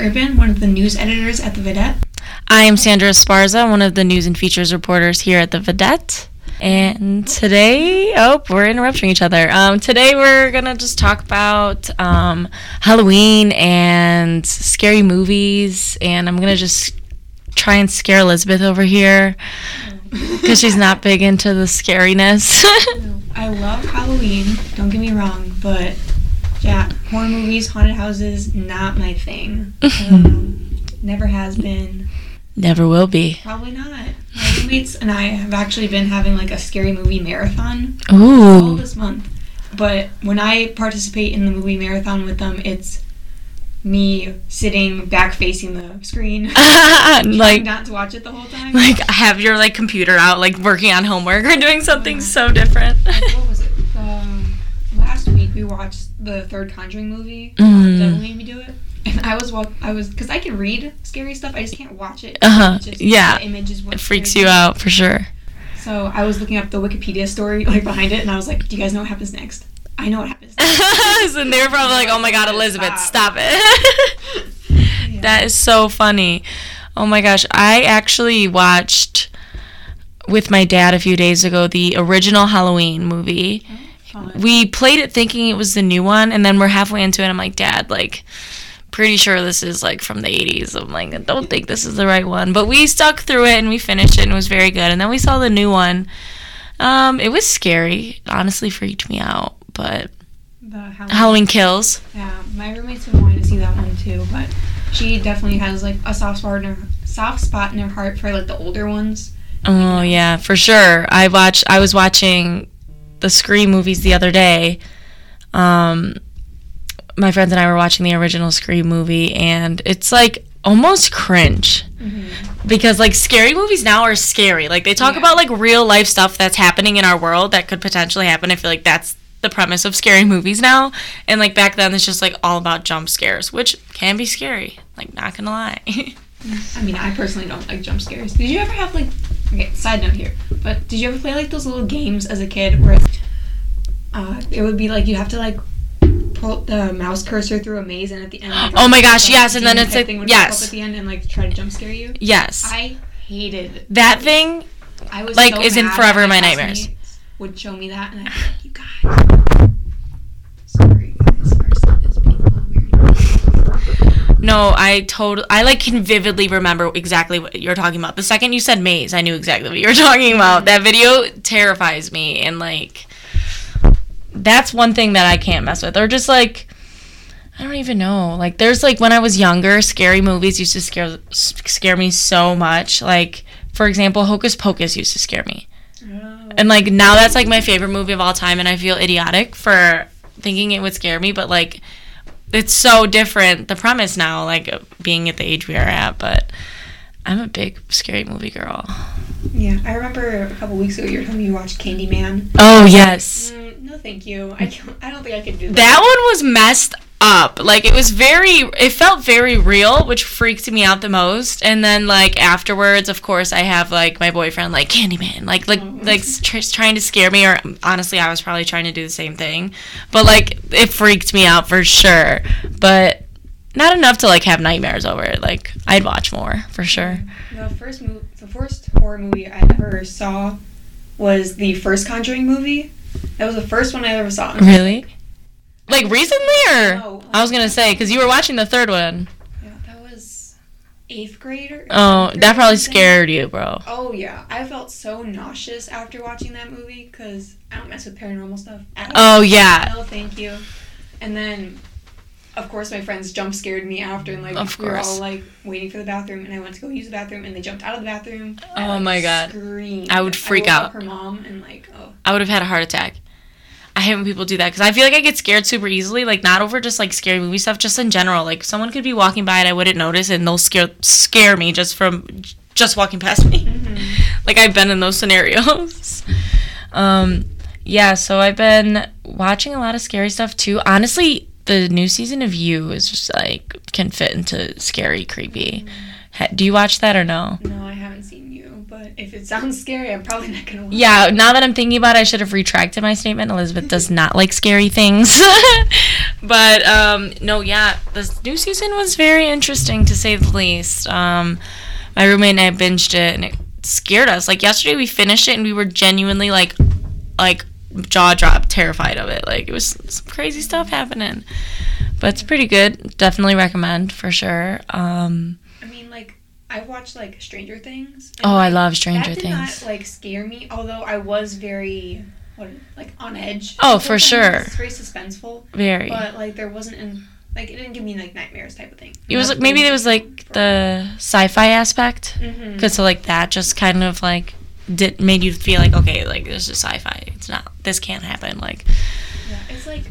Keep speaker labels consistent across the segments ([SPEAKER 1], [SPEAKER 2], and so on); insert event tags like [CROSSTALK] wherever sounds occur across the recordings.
[SPEAKER 1] the news editors at the Vedette.
[SPEAKER 2] I am Sandra Esparza, one of the news and features reporters here at the Vedette. And today, oh, we're interrupting each other. Um, today, we're going to just talk about um, Halloween and scary movies. And I'm going to just try and scare Elizabeth over here because she's not big into the scariness. [LAUGHS]
[SPEAKER 1] [LAUGHS] I love Halloween, don't get me wrong, but yeah, horror movies, haunted houses, not my thing. I don't know. Never has been.
[SPEAKER 2] Never will be.
[SPEAKER 1] Probably not. My roommates and I have actually been having like a scary movie marathon all
[SPEAKER 2] Ooh. [LAUGHS]
[SPEAKER 1] this month. But when I participate in the movie marathon with them, it's me sitting back facing the
[SPEAKER 2] [LAUGHS]
[SPEAKER 1] screen,
[SPEAKER 2] like,
[SPEAKER 1] not to watch it the whole time. [LAUGHS]
[SPEAKER 2] like have your like computer out like working on homework or doing something so different
[SPEAKER 1] what was it? Um, last week we watched the third Conjuring movie.
[SPEAKER 2] Mm.
[SPEAKER 1] That made me do it. And I was wa- I was because I can read scary stuff. I just can't watch it.
[SPEAKER 2] Uh-huh,
[SPEAKER 1] It's Just,
[SPEAKER 2] yeah.
[SPEAKER 1] The image is what
[SPEAKER 2] it freaks
[SPEAKER 1] scares
[SPEAKER 2] you
[SPEAKER 1] me.
[SPEAKER 2] out for [LAUGHS] sure
[SPEAKER 1] So I was looking up the Wikipedia story [LAUGHS] like behind it, and I was like, "Do you guys know what happens next? I know what happens." next.
[SPEAKER 2] [LAUGHS] and they were probably like oh my god elizabeth stop
[SPEAKER 1] [LAUGHS]
[SPEAKER 2] it [LAUGHS]
[SPEAKER 1] Yeah.
[SPEAKER 2] that is so funny oh my gosh i actually watched with my dad a few days ago the original halloween movie
[SPEAKER 1] Fun.
[SPEAKER 2] we played it thinking it was the new one and then we're halfway into it and i'm like dad like pretty sure this is like from the 80s i'm like i don't think this is the right one but we stuck through it and we finished it and it was very good and then we saw the new one um it was scary it honestly freaked me out but
[SPEAKER 1] the Halloween.
[SPEAKER 2] halloween kills
[SPEAKER 1] Yeah, my roommate's been wanting to see that one too, but she definitely has like a soft spot in her soft spot in her heart for like the older ones.
[SPEAKER 2] oh yeah for sure i watched i was watching the scream movies the other day um my friends and i were watching the original scream movie and it's like almost cringe Mm-hmm. because like scary movies now are scary. Like they talk
[SPEAKER 1] Yeah.
[SPEAKER 2] about like real life stuff that's happening in our world that could potentially happen. I feel like that's the premise of scary movies now. And like back then it's just like all about jump scares, which can be scary. Like not gonna lie. [LAUGHS]
[SPEAKER 1] I mean, I personally don't like jump scares. Did you ever have like, okay, side note here, but did you ever play like those little games as a kid where it's, uh, it would be like you have to like pull the mouse cursor through a maze and at the end. Like,
[SPEAKER 2] Oh my gosh,
[SPEAKER 1] a
[SPEAKER 2] yes, and then
[SPEAKER 1] demon
[SPEAKER 2] it's
[SPEAKER 1] type
[SPEAKER 2] like-
[SPEAKER 1] thing would
[SPEAKER 2] yes.
[SPEAKER 1] pop up at the end and like try to jump scare you.
[SPEAKER 2] yes.
[SPEAKER 1] I hated.
[SPEAKER 2] that thing
[SPEAKER 1] I was
[SPEAKER 2] Like,
[SPEAKER 1] so
[SPEAKER 2] is in
[SPEAKER 1] mad
[SPEAKER 2] Forever
[SPEAKER 1] that
[SPEAKER 2] My
[SPEAKER 1] classmates
[SPEAKER 2] Nightmares.
[SPEAKER 1] Would show me that and I'd be like, you guys. Sorry, guys, our son is being a little weird.
[SPEAKER 2] no, I totally I like can vividly remember exactly what you're talking about. The second you said maze, I knew exactly what you were [LAUGHS] talking about. That video terrifies me and like that's one thing that I can't mess with. Or just like I don't even know. Like there's like when I was younger, scary movies used to scare scare me so much. Like for example, Hocus Pocus used to scare me.
[SPEAKER 1] Um,
[SPEAKER 2] And like now that's like my favorite movie of all time and I feel idiotic for thinking it would scare me, but like it's so different the premise now like being at the age we are at, but I'm a big scary movie girl.
[SPEAKER 1] Yeah, I remember a couple weeks ago you were telling me you watched Candyman.
[SPEAKER 2] Oh, yes.
[SPEAKER 1] Mm, no, thank you. I don't, I don't think I can do
[SPEAKER 2] That one was messed up. Like it was very it felt very real, which freaked me out the most. And then like afterwards, of course, I have like my boyfriend like Candyman, like like like tr- trying to scare me or um, honestly, I was probably trying to do the same thing. But like it freaked me out for sure. But not enough to like have nightmares over it. Like I'd watch more for sure.
[SPEAKER 1] The first mo- the first horror movie I ever saw was the first Conjuring movie. That was the first one I ever saw.
[SPEAKER 2] Really? Like recently or
[SPEAKER 1] No,
[SPEAKER 2] I was gonna say because you were watching the third one.
[SPEAKER 1] Yeah, that was eighth grade or.
[SPEAKER 2] Oh,
[SPEAKER 1] eighth grade or
[SPEAKER 2] that probably
[SPEAKER 1] something.
[SPEAKER 2] scared you, bro.
[SPEAKER 1] Oh yeah, I felt so nauseous after watching that movie because I don't mess with paranormal stuff. At all.
[SPEAKER 2] Oh yeah,
[SPEAKER 1] No, thank you. And then, of course, my friends jump scared me after, and like
[SPEAKER 2] Of
[SPEAKER 1] we were all
[SPEAKER 2] course.
[SPEAKER 1] like waiting for the bathroom, and I went to go use the bathroom, and they jumped out of the bathroom. I,
[SPEAKER 2] Oh
[SPEAKER 1] like,
[SPEAKER 2] my God.
[SPEAKER 1] Screamed.
[SPEAKER 2] I would freak
[SPEAKER 1] woke up
[SPEAKER 2] out.
[SPEAKER 1] Her mom and like, oh,
[SPEAKER 2] I would have had a heart attack. I hate when people do that because I feel like I get scared super easily. Like not over just like scary movie stuff, just in general. Like someone could be walking by and I wouldn't notice, and they'll scare scare me just from just walking past me. [LAUGHS]
[SPEAKER 1] mm-hmm.
[SPEAKER 2] Like I've been in those scenarios. [LAUGHS] um, yeah, so I've been watching a lot of scary stuff too. Honestly, the new season of You is just like can fit into scary, creepy. Ha- Do you watch that or no?
[SPEAKER 1] no, I haven't seen you, but but if it sounds scary, I'm probably not gonna watch.
[SPEAKER 2] Yeah, now that I'm thinking about it, I should have retracted my statement. Elizabeth does not like scary things. [LAUGHS] but um, no, yeah, this new season was very interesting to say the least. Um, my roommate and I binged it and it scared us. Like yesterday we finished it and we were genuinely like like jaw dropped, terrified of it. Like it was some crazy stuff happening. But it's pretty good. Definitely recommend for sure. Um,
[SPEAKER 1] I mean, like I watched like Stranger Things. and,
[SPEAKER 2] oh, I
[SPEAKER 1] like,
[SPEAKER 2] love Stranger
[SPEAKER 1] that did
[SPEAKER 2] Things.
[SPEAKER 1] Not, like scare me, although I was very what like on edge.
[SPEAKER 2] Oh, for sure.
[SPEAKER 1] It's very suspenseful,
[SPEAKER 2] Very.
[SPEAKER 1] but like there wasn't an like it didn't give me like nightmares type of thing.
[SPEAKER 2] It was like maybe there was like the sci-fi aspect.
[SPEAKER 1] hmm
[SPEAKER 2] Because so like that just kind of like did made you feel like okay, like this is sci-fi. It's not this can't happen. Like
[SPEAKER 1] Yeah, it's like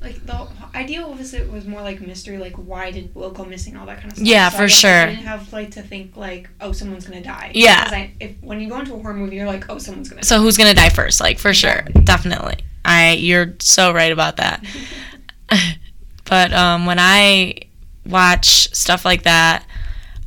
[SPEAKER 1] like the idea of it was more like mystery, like why did Will go missing, all that kind of stuff.
[SPEAKER 2] Yeah,
[SPEAKER 1] So I
[SPEAKER 2] for
[SPEAKER 1] guess I
[SPEAKER 2] sure.
[SPEAKER 1] didn't have like to think like oh someone's gonna die.
[SPEAKER 2] Yeah.
[SPEAKER 1] Because I, if when you go into a horror movie, you're like oh someone's gonna. [LAUGHS]
[SPEAKER 2] so who's gonna die first? Like for sure, definitely. I you're so right about that. [LAUGHS] but um, when I watch stuff like that,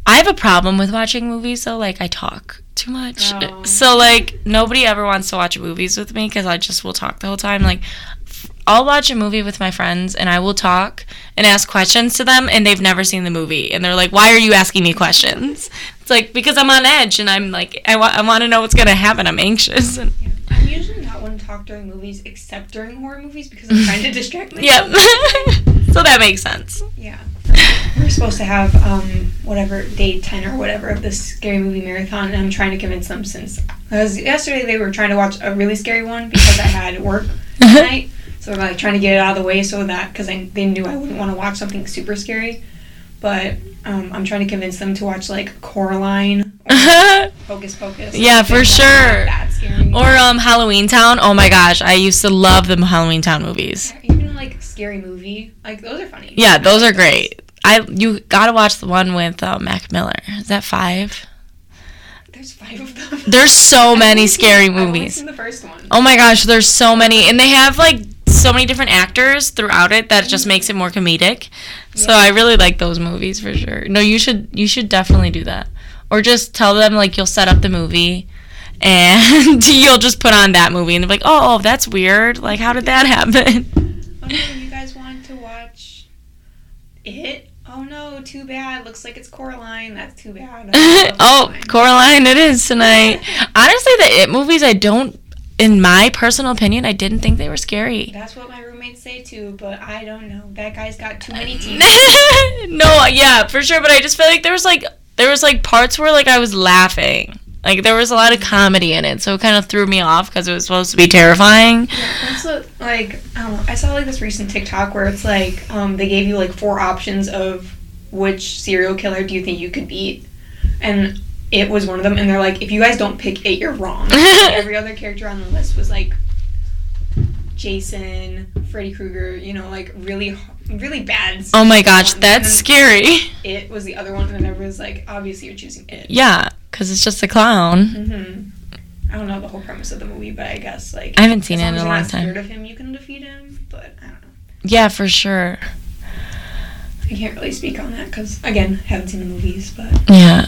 [SPEAKER 2] I have a problem with watching movies though. Like I talk too much,
[SPEAKER 1] Oh.
[SPEAKER 2] so like nobody ever wants to watch movies with me because I just will talk the whole time. Like f- I'll watch a movie with my friends and I will talk and ask questions to them, and they've never seen the movie, and they're like, "Why are you asking me questions?" It's like because I'm on edge and I'm like I, wa- I want to know what's gonna happen. I'm anxious. [LAUGHS] And-
[SPEAKER 1] Yeah. I'm usually not one to talk during movies, except during horror movies, because I'm trying to [LAUGHS] distract
[SPEAKER 2] yep. [LAUGHS]
[SPEAKER 1] myself.
[SPEAKER 2] so that makes sense. [LAUGHS]
[SPEAKER 1] Yeah. We're supposed to have um, whatever day ten or whatever of this scary movie marathon, and I'm trying to convince them since because yesterday they were trying to watch a really scary one because I had
[SPEAKER 2] [LAUGHS]
[SPEAKER 1] work tonight, so I'm like trying to get it out of the way so that because they knew I wouldn't want to watch something super scary, but um, I'm trying to convince them to watch like Coraline, Hocus Pocus.
[SPEAKER 2] Yeah, for
[SPEAKER 1] Things that are not
[SPEAKER 2] sure.
[SPEAKER 1] That scary.
[SPEAKER 2] Or um Halloween Town. Oh my gosh, I used to love them Halloween Town movies.
[SPEAKER 1] even like scary movie, like those are funny.
[SPEAKER 2] Yeah, those are great. I you gotta watch the one with uh, Mac Miller. Is that five?
[SPEAKER 1] There's five of them.
[SPEAKER 2] [LAUGHS] There's so
[SPEAKER 1] I've
[SPEAKER 2] many
[SPEAKER 1] only
[SPEAKER 2] scary
[SPEAKER 1] seen- I've only
[SPEAKER 2] movies.
[SPEAKER 1] seen the first
[SPEAKER 2] [LAUGHS]
[SPEAKER 1] one.
[SPEAKER 2] Oh my gosh, there's so many, and they have like so many different actors throughout it that just makes it more comedic. So
[SPEAKER 1] Yeah.
[SPEAKER 2] I really like those movies for sure. No, you should you should definitely do that, or just tell them like you'll set up the movie. And [LAUGHS] you'll just put on that movie, and they're like, "Oh, that's weird. Like, how did that happen?"
[SPEAKER 1] Oh no, you guys wanted to watch it? Oh no, too bad. Looks like it's Coraline. That's too
[SPEAKER 2] [LAUGHS]
[SPEAKER 1] bad. I love
[SPEAKER 2] oh,
[SPEAKER 1] Coraline.
[SPEAKER 2] Coraline, it is tonight. Honestly, the It movies, I don't, in my personal opinion, I didn't think they were scary. [LAUGHS]
[SPEAKER 1] That's what my roommates say too, but I don't know. That guy's got too
[SPEAKER 2] [LAUGHS]
[SPEAKER 1] many teeth.
[SPEAKER 2] no, yeah, for sure. But I just feel like there was like there was like parts where like I was laughing. Like there was a lot of comedy in it, so it kind of threw me off because it was supposed to be terrifying.
[SPEAKER 1] That's what, like, I don't know. I saw like this recent TikTok where it's like um, they gave you like four options of which serial killer do you think you could beat, and it was one of them. And they're like, if you guys don't pick it, you're
[SPEAKER 2] [LAUGHS]
[SPEAKER 1] wrong. Every other character on the list was like Jason, Freddy Krueger. You know, like really, h- really bad.
[SPEAKER 2] Oh my gosh,
[SPEAKER 1] ones.
[SPEAKER 2] that's
[SPEAKER 1] And
[SPEAKER 2] scary. [LAUGHS]
[SPEAKER 1] then it was the other one, and everyone was like, obviously you're choosing it.
[SPEAKER 2] Yeah, because it's just a clown.
[SPEAKER 1] hmm I don't know the whole premise of the movie, but I guess like
[SPEAKER 2] I haven't seen it in
[SPEAKER 1] as
[SPEAKER 2] a
[SPEAKER 1] long
[SPEAKER 2] long
[SPEAKER 1] as you're not
[SPEAKER 2] time.
[SPEAKER 1] scared of him, you can defeat him. But I don't know.
[SPEAKER 2] Yeah, for sure.
[SPEAKER 1] I can't really speak on that because, again, haven't seen the movies, but
[SPEAKER 2] Yeah,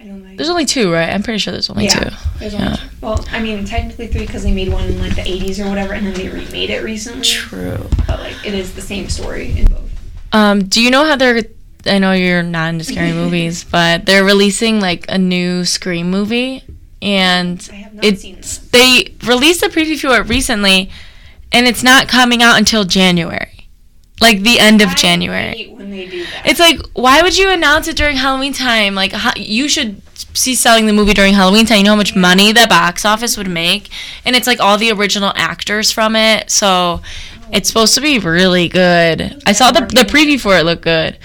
[SPEAKER 1] I know my.
[SPEAKER 2] there's only two, right? I'm pretty sure there's only
[SPEAKER 1] Yeah.
[SPEAKER 2] two.
[SPEAKER 1] There's only
[SPEAKER 2] yeah.
[SPEAKER 1] two. Well, I mean, technically three because they made one in like the 80s or whatever, and then they remade it recently.
[SPEAKER 2] True.
[SPEAKER 1] But like, it is the same story in both.
[SPEAKER 2] Um, do you know how they're? I know you're not
[SPEAKER 1] [LAUGHS]
[SPEAKER 2] into scary movies, but they're releasing like a new Scream movie, and
[SPEAKER 1] I have not seen
[SPEAKER 2] it's
[SPEAKER 1] that.
[SPEAKER 2] they released a preview for it recently, and it's not coming out until January, like the end of
[SPEAKER 1] I
[SPEAKER 2] January.
[SPEAKER 1] hate when they do that.
[SPEAKER 2] It's like, why would you announce it during Halloween time? Like, ho- you should see selling the movie during Halloween time. You know how much money the box office would make, and it's like all the original actors from it.
[SPEAKER 1] Oh,
[SPEAKER 2] So, it's supposed to be really good. I saw the the preview for it looked good.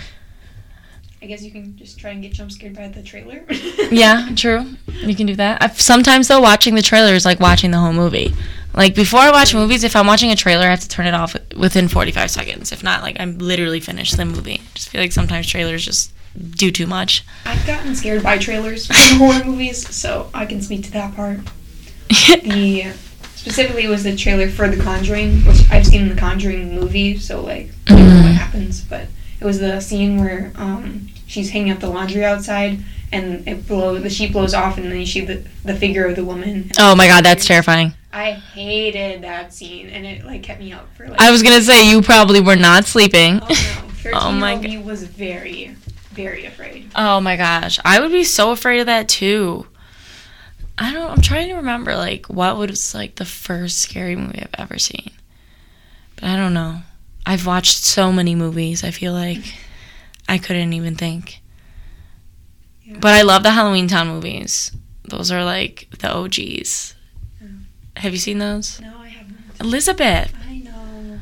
[SPEAKER 1] I guess you can just try and get jump scared by the trailer. [LAUGHS]
[SPEAKER 2] Yeah, true. You can do that. i sometimes though, watching the trailer is like watching the whole movie. Like before I watch movies, if I'm watching a trailer, I have to turn it off within 45 seconds. If not, like I'm literally finished the movie. Just feel like sometimes trailers just do too [LAUGHS] much.
[SPEAKER 1] I've gotten scared by trailers in horror movies, so I can speak to that part. The specifically it was the trailer for The Conjuring, which I've seen the Conjuring movie, so like I
[SPEAKER 2] Mm-hmm.
[SPEAKER 1] don't know what happens, but it was the scene where um, she's hanging up the laundry outside, and it blow the sheet blows off, and then you see the, the figure of the woman.
[SPEAKER 2] Oh my god, that's terrifying.
[SPEAKER 1] I hated that scene, and it like kept me up for like.
[SPEAKER 2] I was gonna say you probably were not sleeping.
[SPEAKER 1] Oh no!
[SPEAKER 2] [LAUGHS]
[SPEAKER 1] Thirteen
[SPEAKER 2] Oh my
[SPEAKER 1] year old me was very, very afraid.
[SPEAKER 2] Oh my gosh, I would be so afraid of that too. I don't. I'm trying to remember like what was like the first scary movie I've ever seen, but I don't know. I've watched so many movies. I feel like I couldn't even think.
[SPEAKER 1] Yeah.
[SPEAKER 2] But I love the Halloween Town movies. Those are like the OGs. Have you seen those?
[SPEAKER 1] No, I haven't.
[SPEAKER 2] Elizabeth.
[SPEAKER 1] I know,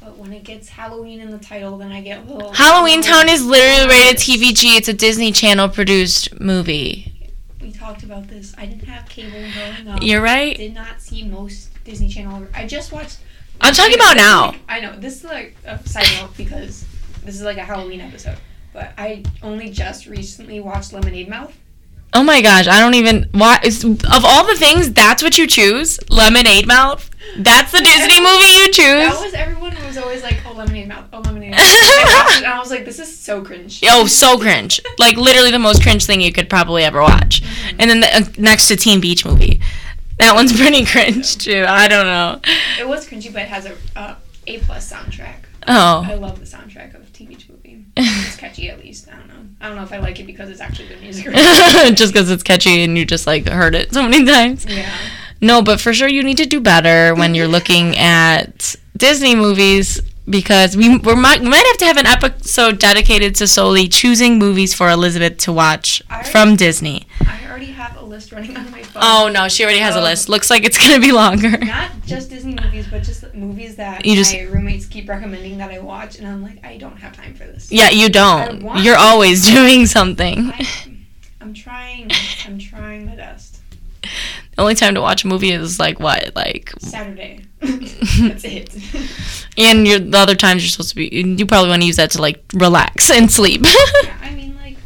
[SPEAKER 1] but when it gets Halloween in the title, then I get a little.
[SPEAKER 2] Halloween Town is literally rated TVG. It's a Disney Channel produced movie.
[SPEAKER 1] We talked about this. I didn't have cable growing up.
[SPEAKER 2] You're right.
[SPEAKER 1] Did not see most Disney Channel. I just watched.
[SPEAKER 2] I'm talking about now.
[SPEAKER 1] I know this is like a side note because this is like a Halloween episode. But I only just recently watched Lemonade Mouth.
[SPEAKER 2] Oh my gosh, I don't even why is of all the things that's what you choose? Lemonade Mouth? That's the Disney movie you
[SPEAKER 1] That
[SPEAKER 2] choose?
[SPEAKER 1] was everyone who was always like, "Oh, Lemonade Mouth, oh
[SPEAKER 2] [LAUGHS]
[SPEAKER 1] Lemonade Mouth." I watched it and I was like, "This is so cringe."
[SPEAKER 2] Oh, so cringe. Like literally the most cringe thing you could probably ever watch. And then the, uh, next to Teen Beach movie. That one's [LAUGHS] pretty cringe too. I don't know.
[SPEAKER 1] It was cringy, but it has a uh, A plus soundtrack. I
[SPEAKER 2] Oh. [LAUGHS]
[SPEAKER 1] love the soundtrack of TV movie. It's catchy, at least. I don't know. I don't know if I like it because it's actually good music. Or not.
[SPEAKER 2] [LAUGHS] just because it's catchy and you just like heard it so many [LAUGHS] times.
[SPEAKER 1] yeah.
[SPEAKER 2] No, but for sure you need to do better when you're looking at Disney movies because we we're, might- we might have to have an episode dedicated to solely choosing movies for Elizabeth to watch
[SPEAKER 1] I-
[SPEAKER 2] from Disney.
[SPEAKER 1] I already have a list running on my phone.
[SPEAKER 2] Oh no, she already has a
[SPEAKER 1] Um,
[SPEAKER 2] list. Looks like it's gonna be longer.
[SPEAKER 1] Not just Disney movies, but just movies that
[SPEAKER 2] You just-
[SPEAKER 1] my roommates keep recommending that I watch, and I'm like, I don't have time for this.
[SPEAKER 2] Yeah, you don't.
[SPEAKER 1] I want-
[SPEAKER 2] You're always [LAUGHS] doing something.
[SPEAKER 1] I, I'm trying. I'm trying my best.
[SPEAKER 2] The only time to watch a movie is like what, like,
[SPEAKER 1] Saturday.
[SPEAKER 2] [LAUGHS]
[SPEAKER 1] That's it. [LAUGHS]
[SPEAKER 2] and you're, the other times you're supposed to be. You probably want to use that to like relax and sleep. [LAUGHS]
[SPEAKER 1] yeah, I mean, like,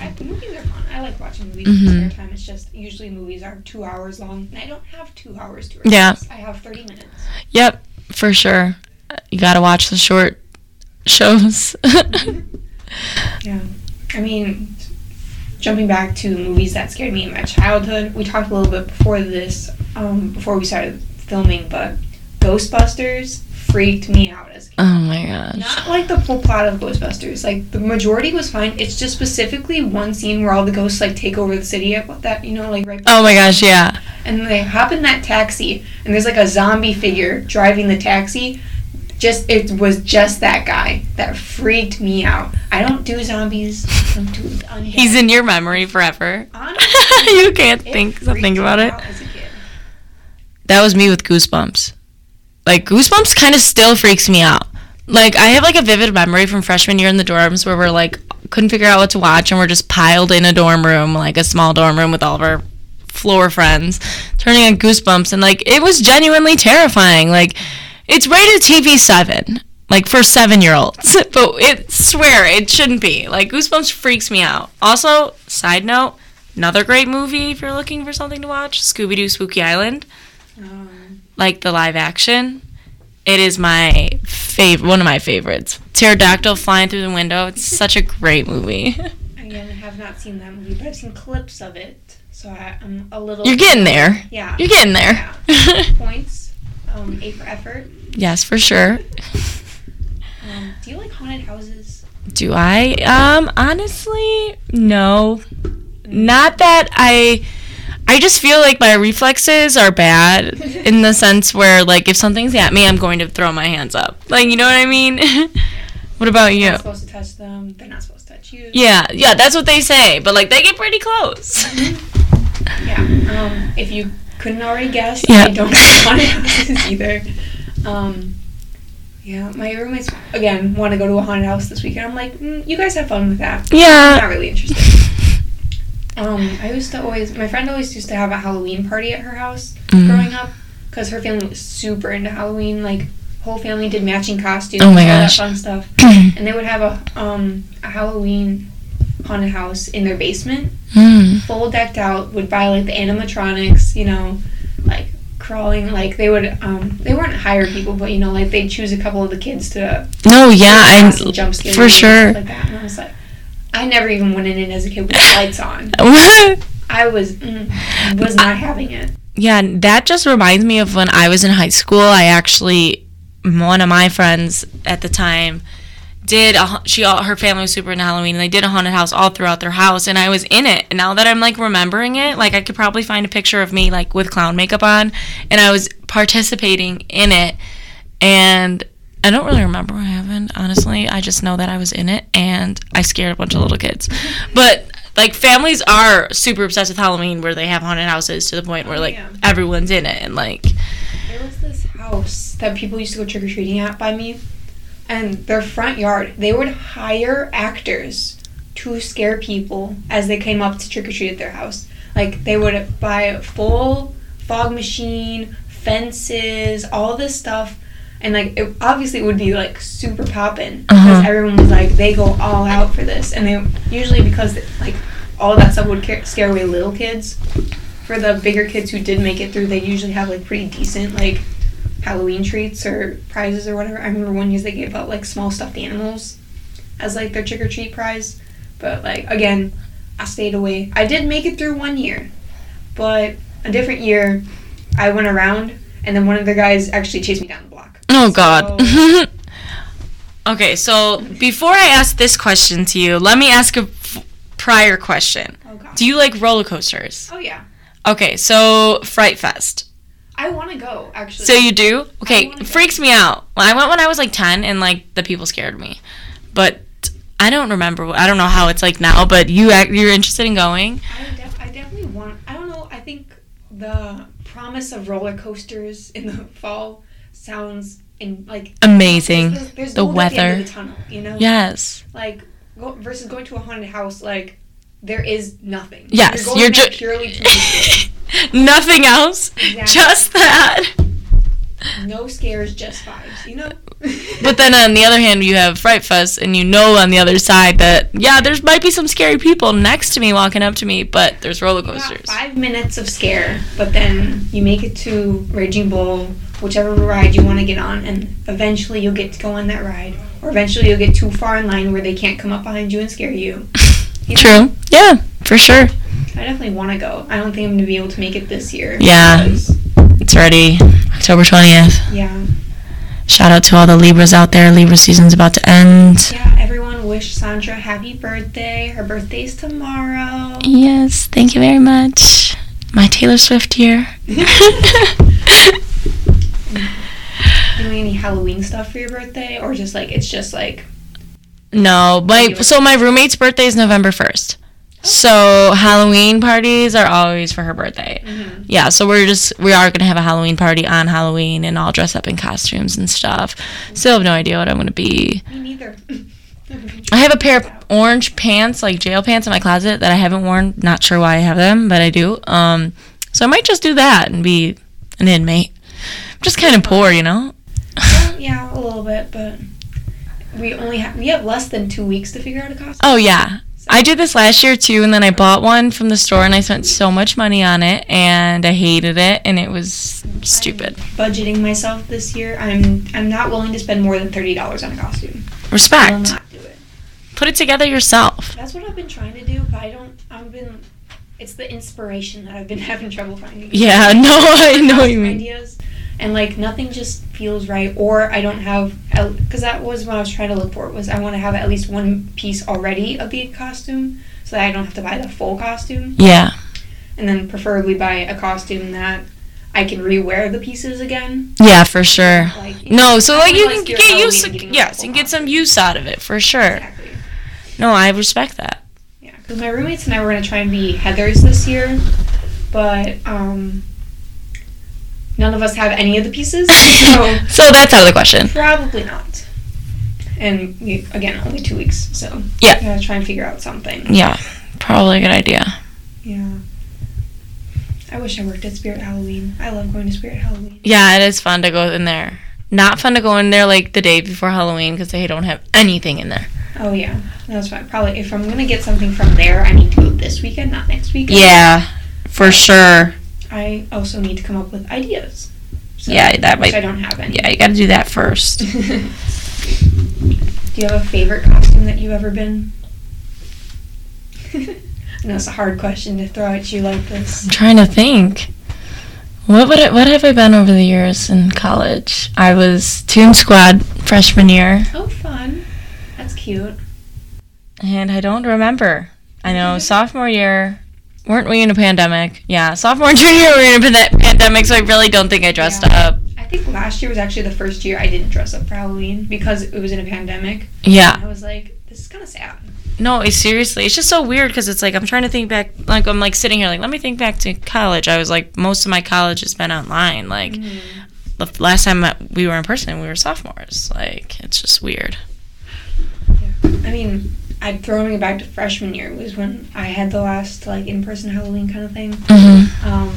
[SPEAKER 1] I, movies are fun. I like watching movies in spare
[SPEAKER 2] Mhm.
[SPEAKER 1] time. It's just usually movies are two hours long, and I don't have two hours to.
[SPEAKER 2] Yeah.
[SPEAKER 1] relax. I have 30 minutes.
[SPEAKER 2] [LAUGHS] Yep, for sure. You gotta watch the short shows. [LAUGHS] Oh
[SPEAKER 1] Yeah. I mean, jumping back to movies that scared me in my childhood, we talked a little bit before this, um, before we started filming, but Ghostbusters freaked me out as a kid.
[SPEAKER 2] oh my gosh.
[SPEAKER 1] Not like the whole plot of Ghostbusters. Like the majority was fine. It's just specifically one scene where all the ghosts like take over the city. At what that you know like right.
[SPEAKER 2] Oh my gosh, yeah.
[SPEAKER 1] And they hop in that taxi, and there's like a zombie figure driving the taxi. Just it was just that guy that freaked me out. I don't do zombies. I'm too undead.
[SPEAKER 2] He's in your memory forever. [LAUGHS]
[SPEAKER 1] Honestly,
[SPEAKER 2] you can't
[SPEAKER 1] it
[SPEAKER 2] think
[SPEAKER 1] freaked
[SPEAKER 2] something
[SPEAKER 1] me
[SPEAKER 2] about it.
[SPEAKER 1] out as a kid.
[SPEAKER 2] That was me with goosebumps. Like goosebumps kind of still freaks me out. Like I have like a vivid memory from freshman year in the dorms where we're like couldn't figure out what to watch and we're just piled in a dorm room, like a small dorm room with all of our floor friends, turning on goosebumps and like it was genuinely terrifying. Like it's rated TV seven. Like for seven year olds. [LAUGHS] But it swear it shouldn't be. Like Goosebumps freaks me out. Also, side note, another great movie if you're looking for something to watch, Scooby Doo Spooky Island
[SPEAKER 1] Um,
[SPEAKER 2] like the live action. It is my favorite, one of my favorites. Pterodactyl flying through the window. It's such a great movie. [LAUGHS]
[SPEAKER 1] again, I have not seen that movie, but I've seen clips of it, so I, I'm a little.
[SPEAKER 2] You're getting there.
[SPEAKER 1] Yeah.
[SPEAKER 2] You're getting there.
[SPEAKER 1] points. Um, A for effort.
[SPEAKER 2] yes, for sure.
[SPEAKER 1] Um, do you like haunted houses?
[SPEAKER 2] Do I? Um, honestly, no. Not that I. I just feel like my reflexes are bad in the sense where, like, if something's at me, I'm going to throw my hands up. Like, you know what I mean? [LAUGHS] what about you?
[SPEAKER 1] You're not supposed to touch them. They're not supposed to touch you.
[SPEAKER 2] Yeah, yeah, that's what they say. But like they get pretty close.
[SPEAKER 1] Yeah. Um, if you couldn't already guess,
[SPEAKER 2] Yeah.
[SPEAKER 1] I don't like haunted houses [LAUGHS] either. Um, yeah, my roommates again want to go to a haunted house this weekend. I'm like, mm, you guys have fun with that. I'm not
[SPEAKER 2] yeah.
[SPEAKER 1] really interested. [LAUGHS] Um, I used to always, my friend always used to have a Halloween party at her house [LAUGHS]
[SPEAKER 2] Mm.
[SPEAKER 1] growing up because her family was super into Halloween. Like, whole family did matching costumes,
[SPEAKER 2] Oh my
[SPEAKER 1] all
[SPEAKER 2] gosh.
[SPEAKER 1] that fun
[SPEAKER 2] [CLEARS THROAT]
[SPEAKER 1] stuff. And they would have a um a Halloween haunted house in their basement,
[SPEAKER 2] Mm.
[SPEAKER 1] full decked out. Would buy like the animatronics, you know, like crawling. Like they would um they weren't hire people, but you know, like they'd choose a couple of the kids to
[SPEAKER 2] No, yeah,
[SPEAKER 1] I
[SPEAKER 2] I
[SPEAKER 1] jump scare
[SPEAKER 2] for
[SPEAKER 1] you,
[SPEAKER 2] sure.
[SPEAKER 1] Like that, and I was like, I never even went in it as a kid with the lights on. [LAUGHS] I was mm, was not having it.
[SPEAKER 2] Yeah, that just reminds me of when I was in high school. I actually, one of my friends at the time did a, she all her family was super into Halloween and they did a haunted house all throughout their house and I was in it. And now that I'm like remembering it, like I could probably find a picture of me like with clown makeup on and I was participating in it. And I don't really remember what happened, honestly. I just know that I was in it and I scared a bunch of little kids. But like families are super obsessed with Halloween where they have haunted houses to the point where
[SPEAKER 1] Oh,
[SPEAKER 2] like
[SPEAKER 1] yeah.
[SPEAKER 2] everyone's in it and like
[SPEAKER 1] There was this house that people used to go trick or treating at by me, and their front yard. They would hire actors to scare people as they came up to trick or treat at their house. Like they would buy a full fog machine, fences, all this stuff. And like it, obviously it would be like super poppin because
[SPEAKER 2] Uh-huh.
[SPEAKER 1] everyone was like they go all out for this and they usually because like all that stuff would ca- scare away little kids for the bigger kids who did make it through, they usually have like pretty decent like Halloween treats or prizes or whatever. I remember one year they gave out like small stuffed animals as like their trick or treat prize, but like again, I stayed away. I did make it through one year, but a different year, I went around and then one of the guys actually chased me down the block.
[SPEAKER 2] Oh
[SPEAKER 1] So-
[SPEAKER 2] God. [LAUGHS] okay, so before I ask this question to you, let me ask a f- prior question.
[SPEAKER 1] Oh God.
[SPEAKER 2] Do you like roller coasters?
[SPEAKER 1] oh yeah,
[SPEAKER 2] Okay, so Fright Fest.
[SPEAKER 1] I want to go actually.
[SPEAKER 2] So you do?
[SPEAKER 1] I
[SPEAKER 2] Okay,
[SPEAKER 1] wanna go.
[SPEAKER 2] freaks me out. Well, I went when I was like ten, and like the people scared me, but. I don't remember. what- I don't know how it's like now, but you ac- you're interested in going.
[SPEAKER 1] I, def- I definitely want. I don't know. I think the promise of roller coasters in the [LAUGHS] fall sounds in like
[SPEAKER 2] Amazing.
[SPEAKER 1] There's, there's
[SPEAKER 2] The
[SPEAKER 1] gold at the, end of
[SPEAKER 2] weather.
[SPEAKER 1] the tunnel, you know.
[SPEAKER 2] Yes.
[SPEAKER 1] Like go, versus going to a haunted house, like there is nothing.
[SPEAKER 2] Yes.
[SPEAKER 1] You're, going
[SPEAKER 2] You're
[SPEAKER 1] there
[SPEAKER 2] ju-
[SPEAKER 1] purely to escape.
[SPEAKER 2] [LAUGHS] nothing else.
[SPEAKER 1] Exactly.
[SPEAKER 2] Just that.
[SPEAKER 1] no scares, just vibes, you know.
[SPEAKER 2] But then on the other hand, you have Fright Fest, and you know on the other side that yeah, there's might be some scary people next to me walking up to me, but there's roller
[SPEAKER 1] You got
[SPEAKER 2] coasters.
[SPEAKER 1] five minutes of scare, but then you make it to Raging Bull, whichever ride you want to get on, and eventually you'll get to go on that ride, or eventually you'll get too far in line where they can't come up behind you and scare you.
[SPEAKER 2] [LAUGHS]
[SPEAKER 1] You know,
[SPEAKER 2] True. Yeah, for sure.
[SPEAKER 1] I definitely want to go. I don't think I'm gonna be able to make it this year.
[SPEAKER 2] Yeah.
[SPEAKER 1] because-
[SPEAKER 2] It's already October twentieth.
[SPEAKER 1] Yeah.
[SPEAKER 2] Shout out to all the Libras out there. Libra season's about to end.
[SPEAKER 1] Yeah. Everyone wish Sandra happy birthday. Her birthday's tomorrow.
[SPEAKER 2] Yes, thank you very much. My Taylor Swift year.
[SPEAKER 1] Doing any Halloween stuff for your birthday, or just like it's just like
[SPEAKER 2] no, my so my roommate's birthday is November first. So Halloween parties are always for her birthday. Yeah, so we're just we are gonna have a Halloween party on Halloween and all dress up in costumes and stuff. Still have no idea what I'm gonna be.
[SPEAKER 1] me neither.
[SPEAKER 2] I have a pair of orange pants, like jail pants, in my closet that I haven't worn. Not sure why I have them, but I do. Um, so I might just do that and be an inmate. I'm just kind of poor, you know.
[SPEAKER 1] Oh, yeah, a little bit, but we only have we have less than two weeks to figure out a costume.
[SPEAKER 2] [LAUGHS] Oh yeah. I did this last year too and then I bought one from the store and I spent so much money on it and I hated it and it was stupid.
[SPEAKER 1] Budgeting myself this year, I'm I'm not willing to spend more than thirty dollars on a costume. I will
[SPEAKER 2] Respect.
[SPEAKER 1] not do it.
[SPEAKER 2] Put it together yourself.
[SPEAKER 1] That's what I've been trying to do, but I don't. I've been. It's the inspiration that I've been [LAUGHS] having trouble finding.
[SPEAKER 2] Yeah, no, I know [LAUGHS] what you mean.
[SPEAKER 1] Ideas, and like nothing just feels right, or I don't have. Because that was what I was trying to look for. Was I want to have at least one piece already of the costume, so that I don't have to buy the full costume,
[SPEAKER 2] Yeah.
[SPEAKER 1] and then preferably buy a costume that I can rewear the pieces again.
[SPEAKER 2] Yeah, for sure.
[SPEAKER 1] Like you know,
[SPEAKER 2] No, so like you
[SPEAKER 1] realize
[SPEAKER 2] can
[SPEAKER 1] you're
[SPEAKER 2] get used to
[SPEAKER 1] Halloween getting
[SPEAKER 2] yes,
[SPEAKER 1] full
[SPEAKER 2] and get some
[SPEAKER 1] costume.
[SPEAKER 2] use out of it for sure.
[SPEAKER 1] Exactly.
[SPEAKER 2] No, I respect that.
[SPEAKER 1] Yeah, because my roommates and I were gonna try and be Heather's this year, but um, none of us have any of the pieces, [LAUGHS]
[SPEAKER 2] [LAUGHS]
[SPEAKER 1] so
[SPEAKER 2] So that's out of the question.
[SPEAKER 1] probably not. And we, again, only two weeks, so
[SPEAKER 2] Yeah.
[SPEAKER 1] we gotta try and figure out something.
[SPEAKER 2] Yeah. Probably a good idea.
[SPEAKER 1] Yeah. I wish I worked at Spirit Halloween. I love going to Spirit Halloween.
[SPEAKER 2] Yeah, it is fun to go in there. Not fun to go in there like the day before Halloween because they don't have anything in there.
[SPEAKER 1] Oh yeah, that's fine. Probably if I'm gonna get something from there, I need to go this weekend, not next weekend.
[SPEAKER 2] Yeah, for sure.
[SPEAKER 1] I also need to come up with ideas. So,
[SPEAKER 2] Yeah, that
[SPEAKER 1] Which I
[SPEAKER 2] might.
[SPEAKER 1] don't have any.
[SPEAKER 2] Yeah, you got to do that
[SPEAKER 1] [LAUGHS]
[SPEAKER 2] first.
[SPEAKER 1] Do you have a favorite costume that you've ever been? [LAUGHS] I know it's a hard question to throw at you like this.
[SPEAKER 2] I'm trying to think. What would I, what have I been over the years in college? I was Tomb Squad freshman year,
[SPEAKER 1] Oh, fun. That's cute.
[SPEAKER 2] and I don't remember. I know sophomore year, weren't we in a pandemic? Yeah, sophomore [LAUGHS] and junior year we were in a pan- pandemic, so I really don't think I dressed
[SPEAKER 1] Yeah.
[SPEAKER 2] up.
[SPEAKER 1] I think last year was actually the first year I didn't dress up for Halloween because it was in a pandemic.
[SPEAKER 2] Yeah,
[SPEAKER 1] I was like, this is kind of sad.
[SPEAKER 2] no, it's seriously, it's just so weird because it's like I'm trying to think back. Like I'm like sitting here, like let me think back to college. I was like most of my college has been online. Like
[SPEAKER 1] Mm-hmm.
[SPEAKER 2] the f- last time I- we were in person, we were sophomores. Like it's just weird.
[SPEAKER 1] I mean, I'd throwing it back to freshman year was when I had the last like in-person Halloween kind of thing.
[SPEAKER 2] Mm-hmm.
[SPEAKER 1] Um,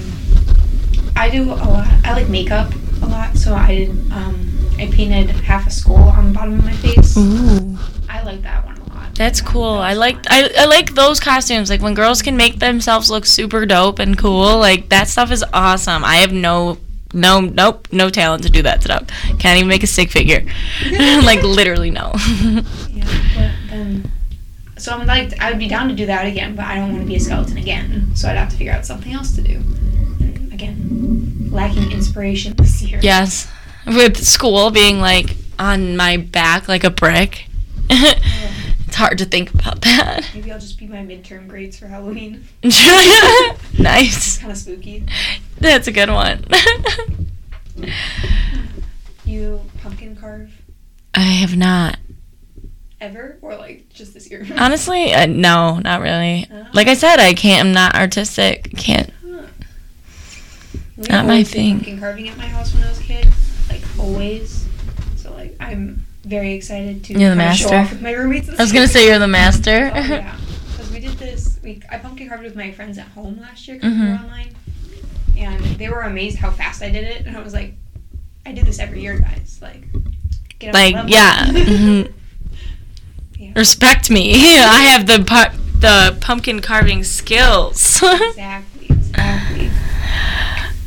[SPEAKER 1] I do a lot. I like makeup a lot, so I did. Um, I painted half a skull on the bottom of my face.
[SPEAKER 2] Ooh.
[SPEAKER 1] I like that one a lot.
[SPEAKER 2] That's
[SPEAKER 1] That-
[SPEAKER 2] cool.
[SPEAKER 1] that
[SPEAKER 2] I
[SPEAKER 1] was
[SPEAKER 2] like
[SPEAKER 1] fun.
[SPEAKER 2] I, I like those costumes. Like when girls can make themselves look super dope and cool, like that stuff is awesome. I have no no nope, no talent to do that stuff. Can't even make a stick figure. [LAUGHS] like literally no. [LAUGHS]
[SPEAKER 1] Yeah, but then. So I'm like, I would be down to do that again, but I don't want to be a skeleton again. So I'd have to figure out something else to do. And again, lacking inspiration [LAUGHS] this year.
[SPEAKER 2] yes. With school being like on my back like a brick. [LAUGHS] it's hard to think about that. [LAUGHS]
[SPEAKER 1] Maybe I'll just be my midterm grades for Halloween. It's
[SPEAKER 2] nice.
[SPEAKER 1] kind of spooky.
[SPEAKER 2] That's a good one. [LAUGHS]
[SPEAKER 1] You pumpkin carve
[SPEAKER 2] I have not.
[SPEAKER 1] ever, or like just this year?
[SPEAKER 2] Honestly, uh, no, not really. Like I said, I can't. I'm not artistic. Can't.
[SPEAKER 1] We
[SPEAKER 2] Not my
[SPEAKER 1] always did
[SPEAKER 2] thing.
[SPEAKER 1] Pumpkin carving at my house when I was a kid, like always. So like I'm very excited to
[SPEAKER 2] You're the
[SPEAKER 1] kinda show
[SPEAKER 2] master.
[SPEAKER 1] off with my roommates.
[SPEAKER 2] I was gonna say you're the master.
[SPEAKER 1] [LAUGHS] Oh, yeah, because we did this. We I pumpkin carved with my friends at home last year 'cause we
[SPEAKER 2] Mhm.
[SPEAKER 1] were online, and they were amazed how fast I did it. And I was like, I did this every year, guys. Like, get on my
[SPEAKER 2] [LAUGHS] like
[SPEAKER 1] level. [LAUGHS]
[SPEAKER 2] yeah. mhm.
[SPEAKER 1] Yeah.
[SPEAKER 2] Respect me. [LAUGHS] I have the pu- the pumpkin carving skills. [LAUGHS]
[SPEAKER 1] Exactly, exactly.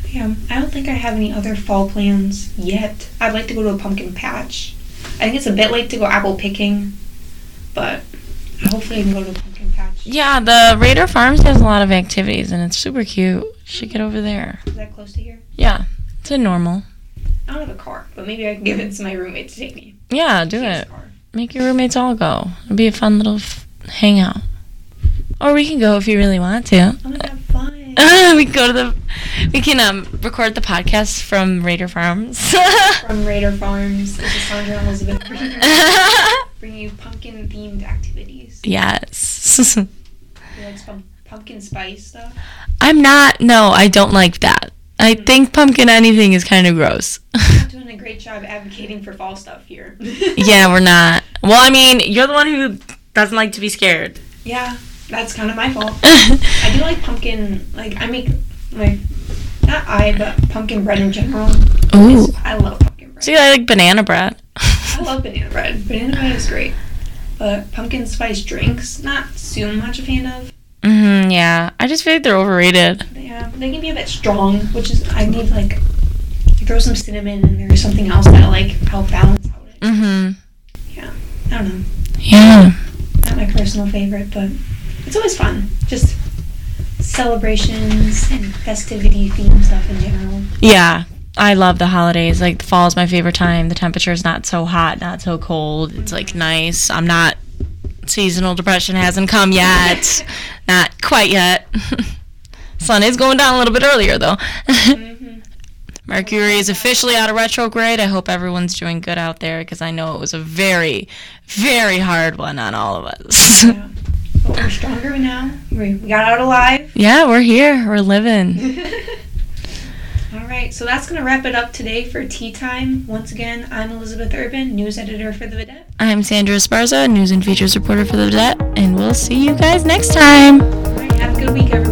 [SPEAKER 1] Yeah, I don't think I have any other fall plans yet. I'd like to go to a pumpkin patch. I think it's a bit late to go apple picking, but hopefully I can go to a pumpkin patch.
[SPEAKER 2] yeah, the Raider Farms has a lot of activities and it's super cute. You Should get over there.
[SPEAKER 1] Is that close to here?
[SPEAKER 2] Yeah, it's a normal.
[SPEAKER 1] I don't have a car, but maybe I can give it to my roommate to take me.
[SPEAKER 2] Yeah, do
[SPEAKER 1] She has
[SPEAKER 2] it.
[SPEAKER 1] a car.
[SPEAKER 2] Make your roommates all go. It'll be a fun little f- hangout. Or we can go if you really want to.
[SPEAKER 1] I'm gonna have fun.
[SPEAKER 2] [LAUGHS] we go to the we can um record the podcast from Raider Farms. [LAUGHS]
[SPEAKER 1] From Raider Farms, this is Sandra and Elizabeth bringing
[SPEAKER 2] [LAUGHS]
[SPEAKER 1] you- bringing you pumpkin themed activities.
[SPEAKER 2] yes. [LAUGHS]
[SPEAKER 1] She likes pump- pumpkin spice stuff.
[SPEAKER 2] I'm not no, I don't like that. I think pumpkin anything is kind of gross. [LAUGHS]
[SPEAKER 1] Not doing a great job advocating for fall stuff here.
[SPEAKER 2] yeah, we're not. Well, I mean, you're the one who doesn't like to be scared.
[SPEAKER 1] Yeah, that's kind of my fault. I
[SPEAKER 2] I
[SPEAKER 1] do like pumpkin. Like I make my not I, but pumpkin bread in general.
[SPEAKER 2] [LAUGHS] Ooh.
[SPEAKER 1] I love pumpkin bread.
[SPEAKER 2] See, I like banana bread.
[SPEAKER 1] I
[SPEAKER 2] [LAUGHS]
[SPEAKER 1] love banana bread. Banana bread is great, but pumpkin spice drinks not so much a fan of.
[SPEAKER 2] mhm, yeah. I just feel like they're overrated.
[SPEAKER 1] Yeah, they can be a bit strong, which is I need like you throw some cinnamon in there or something else that like help balance out it.
[SPEAKER 2] Mhm.
[SPEAKER 1] I don't know,
[SPEAKER 2] Yeah.
[SPEAKER 1] not my personal favorite, but it's always fun. Just celebrations and festivity themed stuff in general.
[SPEAKER 2] Yeah, I love the holidays. Like fall is my favorite time. The temperature is not so hot, not so cold. It's like nice. I'm not seasonal depression hasn't come yet. not quite yet. [LAUGHS] Sun is going down a little bit earlier though. [LAUGHS]
[SPEAKER 1] hmm
[SPEAKER 2] Mercury is officially out of retrograde. I hope everyone's doing good out there because I know it was a very, very hard one on all of us. [LAUGHS]
[SPEAKER 1] Yeah. But we're stronger now. We, we got out alive. [LAUGHS]
[SPEAKER 2] yeah, we're here. We're living.
[SPEAKER 1] All right, so that's going to wrap it up today for Tea Time. Once again, I'm Elizabeth Urban, news editor for The Vedette.
[SPEAKER 2] I'm Sandra Esparza, news and features reporter for The Vet, and we'll see you guys next time.
[SPEAKER 1] All right, have a good week, everyone.